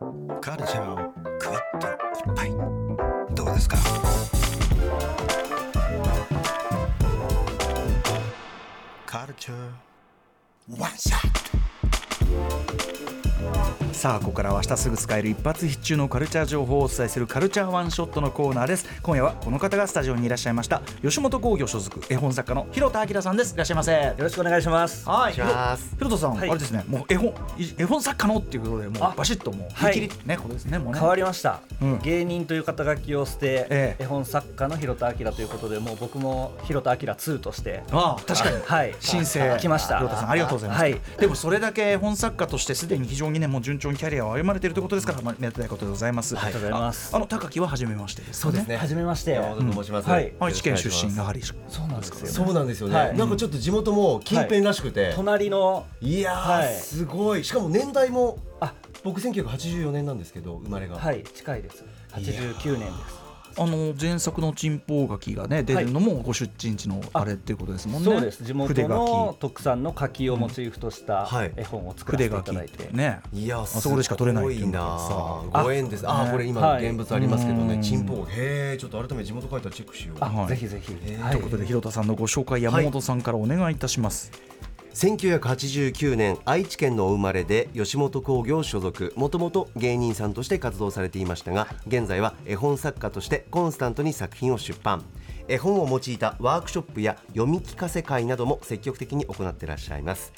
こちらをクイッと一杯どうですかカルチャーワンショットさあここからは明日すぐ使える一発必中のカルチャー情報をお伝えするカルチャーワンショットのコーナーです今夜はこの方がスタジオにいらっしゃいました吉本興業所属絵本作家の広田明さんですいらっしゃいませよろしくお願いします。はいお願いしますひろとさん、はいあれですね、もう絵本、い絵本作家のっていうことで、もあうバシッともう、はい見切りね、ことですね、もうね。変わりました、うん芸人という肩書きを捨て、ええ絵本作家の広田明ということでもう僕も広田明2としてああ、確かに。はい申請来ましたひろとさん、ありがとうございます。はいでも、それだけ絵本作家として、すでに非常にね、もう順調にキャリアを歩まれているということですから、まあ、めでたいことでございます。ありがとうございますああの、高木は初めましてですね。そうですねね初めまして山本と申します。はい愛知県出身がやはり。そうなんですよそうなんですよね、はいなんかちょっと地元も近辺らしくて、隣のい、やー、はいすごいしかも年代もあ僕1984年なんですけど生まれが、はい近いです89年ですあの、前作の珍宝書きがね、出るのも、ご出陳地のあれっていうことですもんね。そうです地元筆書の特産の柿をモチーフとしたはい絵本を作き。らせて筆書いたきだっいて、てね。いやーそこでしか撮れないすごっていういのながさーご縁ですあねーこれ今はい現物ありますけどうねんチンポへえちょっと改めて地元帰ったらチェックしようあ、はいぜひぜひ、えーはいということで、広田さんのご紹介、山本さんからお願いいたします。 1989年愛知県のお生まれで吉本興業所属もともと芸人さんとして活動されていましたが現在は絵本作家としてコンスタントに作品を出版絵本を用いたワークショップや読み聞かせ会なども積極的に行ってらっしゃいます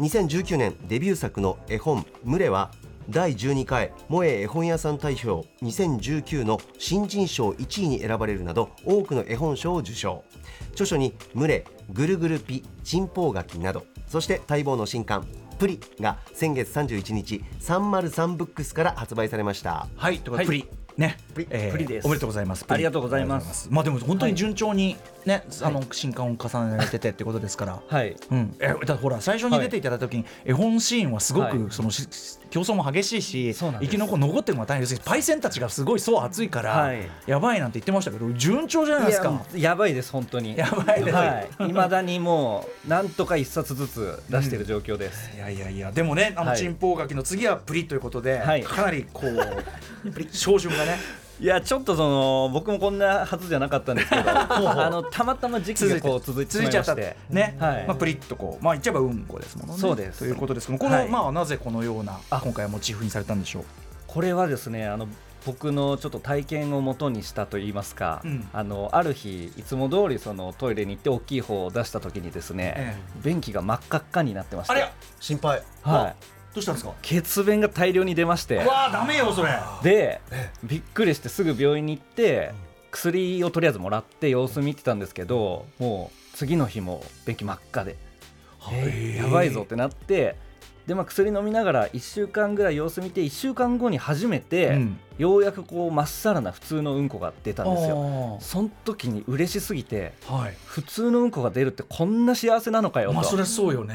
2019年デビュー作の絵本「群れ」は第12回萌え絵本屋さん大賞2019の新人賞1位に選ばれるなど多くの絵本賞を受賞著書に「群れ」「ぐるぐるピ」「チンポウガキ」などそして待望の新刊「プリ」が先月31日303ブックスから発売されましたはい、ということで、はいプリ。ね、プリえープリですおめでとうございます。プリありがとうございまありがすとまあ、でも、本当にはい順調に、ね、あの、新刊を重ねられててってことですから。はいうん、え、だからほら、最初に出ていただいた時に、絵本シーンはすごはいく、その、し競争も激しいし。そうなん生ですき残、残ってるのが大変です。パイセンたちがすごい層厚いからはい、やばいなんて言ってましたけど、順調じゃないですか。ややばいです本当にやばいですはい未だにもうなんとか一冊ずつ出してる状況です、いやいやいやでもねあのはいチンポウガキの次はプリということで、はいかなりこうプリ照準がねいやちょっとその僕もこんなはずじゃなかったんです けどあのたまたま時期がこう 続いてしまいまし続いちゃてったね、はいまあプリッとこうまあ言っちゃえばうんこですもんね。そうですということですけど、この、はいまあなぜこのようなあ今回はモチーフにされたんでしょう。これはですねあの僕のちょっと体験をもとにしたといいますか、うんあのある日いつも通りそのトイレに行って大きい方を出した時にですね、え便器が真っ赤っかになってましあたれはど心配いうしたんですか。血便が大量に出ましてわあダメよそれ。あでびっくりしてすぐ病院に行って薬をとりあえずもらって様子見てたんですけどもう次の日も便器真っ赤で、えーやばいぞってなってで、まあ、薬飲みながら1週間ぐらい様子見て1週間後に初めて、うんようやくこうまっさらな普通のうんこが出たんですよ。よ。その時に嬉しすぎてはい。普通のうんこが出るってこんな幸せなのかよまあそとれそうよね。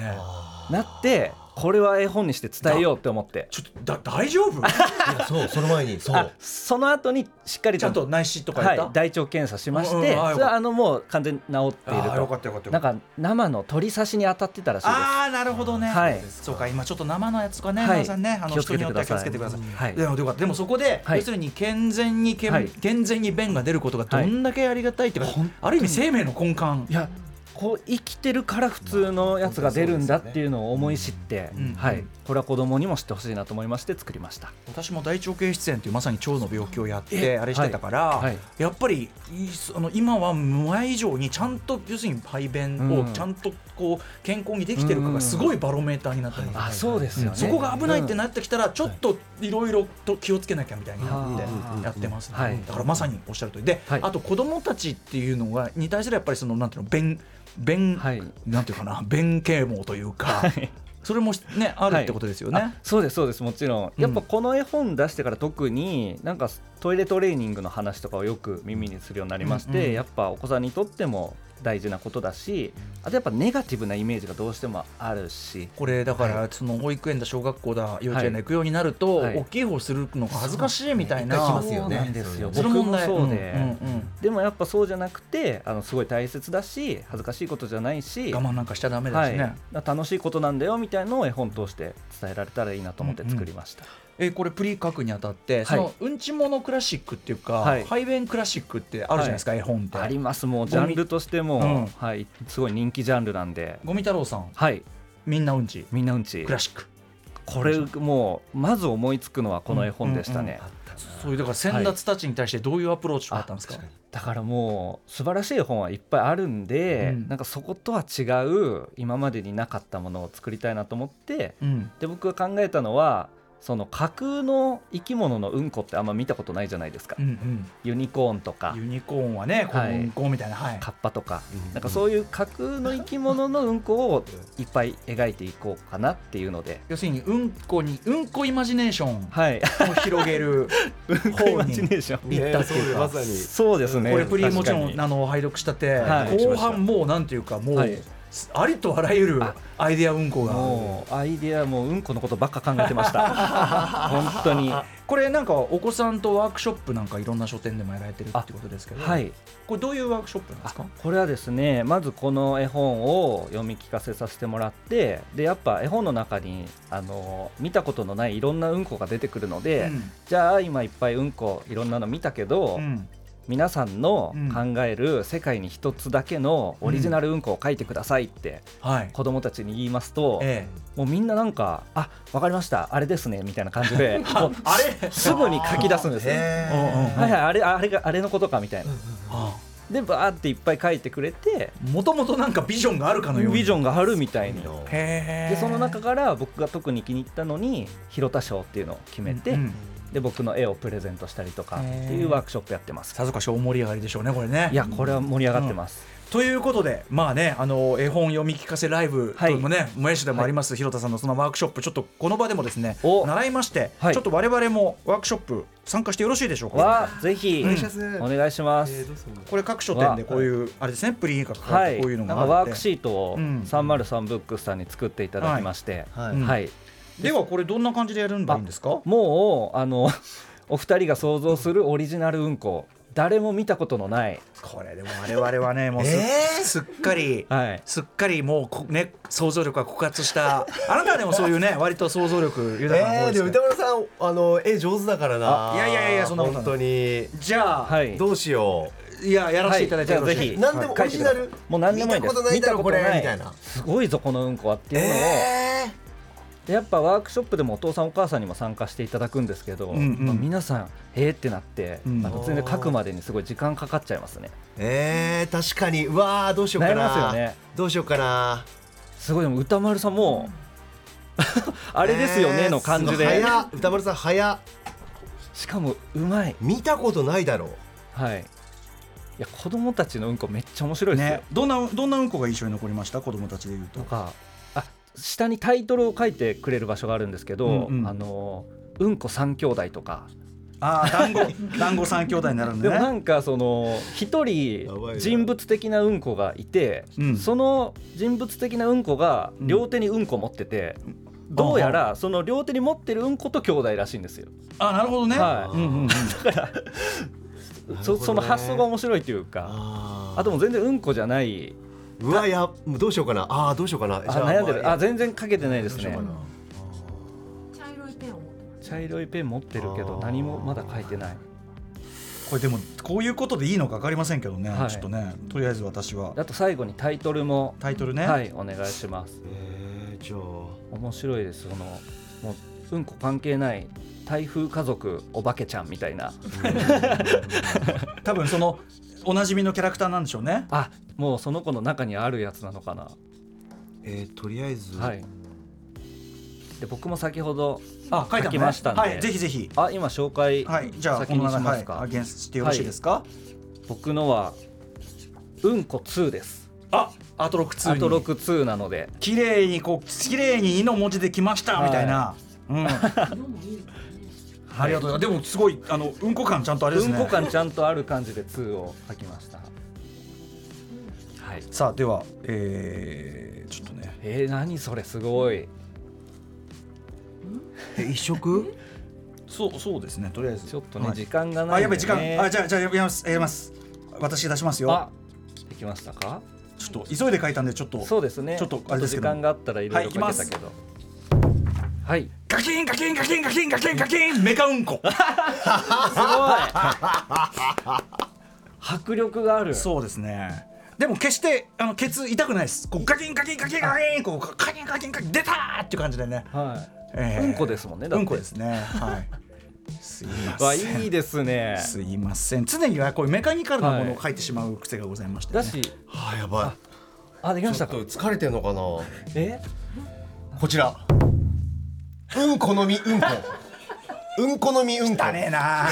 なってこれは絵本にして伝えようって思ってちょっとだ大丈夫？いやそうその前にそあうその後にしっか りちゃんと内視とかやはっいた。、大腸検査しまして、うんうんあーよかったそれはあのもう完全に治っているあーよかとったよかったよかった。なんか生の鳥刺しに当たってたらしいですああなるほどね、はいそうか今ちょっと生のやつとかね、はい皆さんねあの気をつ人けによてっくては気をださいつけてください、はいでもよかったでもそこで、はい要するに健全に健,、はい健全に便が出ることがどんだけありがたいっていうか、はい本ある意味生命の根幹いやこう生きてるから普通のやつが出るんだっていうのを思い知って、うんはい、これは子供にも知ってほしいなと思いまして作りました私も大腸憩室炎というまさに腸の病気をやってあれしてたから、はいはいやっぱりいその今は前以上にちゃんと要するに排便をちゃんとこう健康にできてるかがすごいバロメーターになってます、あそうですよね、そこが危ないってうんなってきたらちょっといろいろと気をつけなきゃみたいになってあーやってますね、はいだからまさにおっしゃる通りで、はいあと子どもたちっていうのがに対するやっぱりそのなんていうの弁弁、はいなんていうかな弁啓蒙というか、はいそれもねあるってことですよね。あそうですそうですもちろうんんやっぱこの絵本出してから特になんかトイレトレーニングの話とかをよく耳にするようになりまして、うんうんやっぱお子さんにとっても大事なことだしあとやっぱネガティブなイメージがどうしてもあるしこれだからその保育園だ小学校だ幼稚園だ行くようになるとはい大きい方するのが恥ずかしいみたいな、そうですねそうなんですよそれ僕問も題そううで、んうんうんでもやっぱそうじゃなくてあのすごい大切だし恥ずかしいことじゃないし我慢なんかしちゃダメではすい、ね。だから楽しいことなんだよみたいなのを絵本通して伝えられたらいいなと思って作りました、えーこれプリ書くにあたって、いそのうんちものクラシックっていうか、はい排便クラシックってあるじゃないですか、絵本ってありますもうジャンルとしても、うんはい、すごい人気ジャンルなんでゴミ太郎さんはいみんなうんちみんなうんちクラシックこれもうまず思いつくのはこの絵本でしたね、そういうだから先達たちに対してどういうアプローチだったんですか、だからもう素晴らしい絵本はいっぱいあるんで、うんなんかそことは違う今までになかったものを作りたいなと思ってうんで僕が考えたのはその架空の生き物のうんこってあんま見たことないじゃないですか、うんユニコーンとうかん、ユニコーンはねこはのういんこみたいなはい、カッパとか、なんかそういう架空の生き物のうんこをいっぱい描いていこうかなっていうので。要するにうんこにうんこイマジネーションはい、を広げ るイ方マジにネーション。行ったっていうか、まさにそうですね。これプリンもちろ確んかあの拝読したて、はい後半もうなんていうかもう、はいありとあらゆるあアイデア運行にがもうアイデアもううんこのことばっか考えてま した。本当に。これなんかお子さんとワークショップなんかいろんな書店でもやられてるってことですけど、はい。これどういうワークショップなんですかこれはですねまずこの絵本を読み聞かせさせてもらってでやっぱ絵本の中にあの見たことのないいろんなうんこが出てくるので、うんじゃあ今いっぱいうんこいろんなの見たけど、うん皆さんの考える世界に一つだけのオリジナルうんこを書いてくださいってはい子供たちに言いますと、えもうみんななんか「あわかりましたあれですね」みたいな感 じでもうあれすぐに書き出すんですよ。えうんうんうんはいはいあれあれがあれのことかみたいな。あでバーっていっぱい書いてくれてもともとなんかビジョンがあるかのようにビジョンがあるみたいに。へえでその中から僕が特に気に入ったのに広田賞っていうのを決めて、うんうんで僕の絵をプレゼントしたりとかっへてーいうワークショップやってます。さぞかし大盛り上がりでしょうねこれねいやこれは盛り上がってます。ということで、まあね、あの絵本読み聞かせライブというのもね、もやしでもあります、広田さんのそのワークショップ、ちょっとこの場でもですね、お習いまして、はいちょっと我々もワークショップ参加してよろしいでしょうか。はぜひうんお願いします。これ各書店でこういう、あれですね、プリンが書かはれてい、こういうのなんがかあって、ワークシートをうん303ブックスさんに作っていただきまして、ははいいうんではこれどんな感じでやるんだいいんですか？もうあの お二人が想像するオリジナル運行誰も見たことのない、これでも我々はね、もうす,、えーすっかり。はい、すっかりもうこね想像力が枯渇したあなたはでもそういうね割と想像力豊かな方えーですでもけ歌ど、村さんあの絵上手だからな。あいやいやいやそんなことない本当にじゃあ、はい、どうしよいややらせていただいてよろしいはいでじゃあすう。ぜなんでひもオリジナル。もう何でもいいです見たことないだろこれ見たことみたいなすごいぞこのうんこはっていうのを、えーでやっぱワークショップでもお父さんお母さんにも参加していただくんですけど、うんうんまあ皆さんえーってなって、うんあの全然書くまでにすごい時間かかっちゃいますねえー、確かにうわーどうしようかな悩みますよねどうしようかなすごいでも歌丸さんも あれですよねの感じで、えーすごい早っ歌丸さん早っしかもうまい見たことないだろうはいいや子供たちのうんこめっちゃ面白いですよ、ね、どんなどんなうんこが印象に残りました子供たちでいうととかあ下にタイトルを書いてくれる場所があるんですけど、うんうんあのうんこ三兄弟とかああ団子 団子三兄弟になるんででもなねんかその一やばい人な人物的なうんこがいて、うんその人物的なうんこがうん両手にうんこ持ってて、どうやらその両手に持ってるうんこと兄弟らしいんですよあなるほどね、はいうんうんうん、なるほそどねその発想が面白いというかああともう全然うんこじゃないうわやもうどうしようかなあーどうしようかなあ悩んでまるあ全然書けてないですどうしねようかな茶色いペンを持って茶色いペン持ってるけあどー何もまだ書いてないこれでもこういうことでいいのか分かりませんけどね、はいちょっとねとりあえず私はあと最後にタイトルも、タイトルね、はいお願いしますえー、じゃあ面白いですそのもううんこ関係ない台風家族お化けちゃんみた いな多分そのおなじみのキャラクターなんでしょうねあもうその子の中にあるやつなのかな、えー、とりあえず、はいで僕も先ほどあ書いてあ書きりましたんではい、ぜひぜひあ今紹介はいじゃあ先このにし中で、まはいすか、、あ原してよろしいですか、僕のはうんこ2ですあアトロック2アにトロク2なので綺麗にこう綺麗に「い」の文字できました、はみいたいな、うん、あ色もいいですね。りがとうございますでもすごいあのうんこ感ちゃんとあれでうすんねこ感ちゃんとある感じで2を書きましたはいさあではえー、ちょっとねえー、何それすごいえ一色 そうそうですねとりあえずちょっとね、はい時間がない、ね、あやべ時間あじゃあじゃあやりますやります私出しますよあできましたかちょっと急いで書いたんでちょっとそうですねちょっとあれですけ時ど間があったらいろいはいろ行きま書けすたけどはい、 はいガキンガキンガキンガキンガキンガキンメカうんこ すごい迫力があるそうですねでも決してあのケツ痛くないですこうガキンガキンガキンガキンこうガキンガキンガキン出たーっていう感じでね、はい、ええうんこですもんねだってうんこですねはいすいまわせんいいですねすいません常にはこういうメカニカルなものを書いてしまう癖がございまして、ねだしはあやばあできちょまっしたかと疲れてるのかなえこちらうんこのみうんこうんこのみうんこ汚ねえな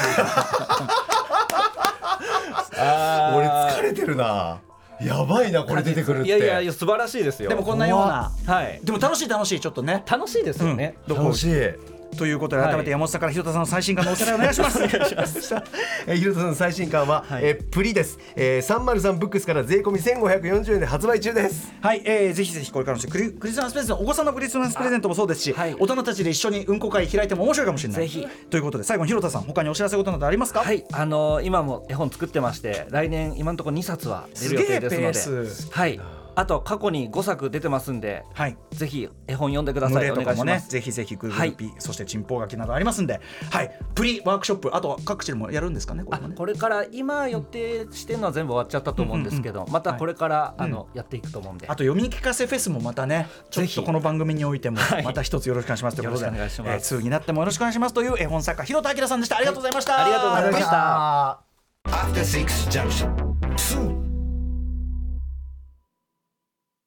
俺疲れてるなやばいなこれ出てくるっていやいやいや素晴らしいですよでもこんなようなはいでも楽しい楽しいちょっとね楽しいですよね、どこ楽しいということで改めて山本さんから広田さんの最新刊のおさらいお願いし ます。えーひろたさんの最新刊は、えープリです、えー、303ブックスから税込み1540円で発売中ですはい、えー、ぜひぜひこれからの時期クリクリスマスプレゼントお子さんのクリスマスプレゼントもそうですし、はい大人たちで一緒にうんこ会開いても面白いかもしれない。ぜひということで最後に広田さん他にお知らせことなどありますか。はい、あのー今も絵本作ってまして来年今のところ2冊は出る予定ですすげえのペーでスはい、あと過去に5作出てますんではい。ぜひ絵本読んでくだ無さい礼おと願かいもしまねすぜひぜひグルーピー、そしてチンポウガキなどありますんで、はい、プリワークショップあとは各地でもやるんですかねこれあもね。これから今予定してるのは全部終わっちゃったと思うんですけど、またこれから、あのやっていくと思うんで、あと読み聞かせフェスもまたねちょっぜとひこの番組においてもいまた一つよろしくお願いしますということでよろしくお願いしますえー通になってもよろしくお願いしますという絵本作家広田明さんでしたありがとうございました、ありがとうございましたあい「アフターシックスジャンクション」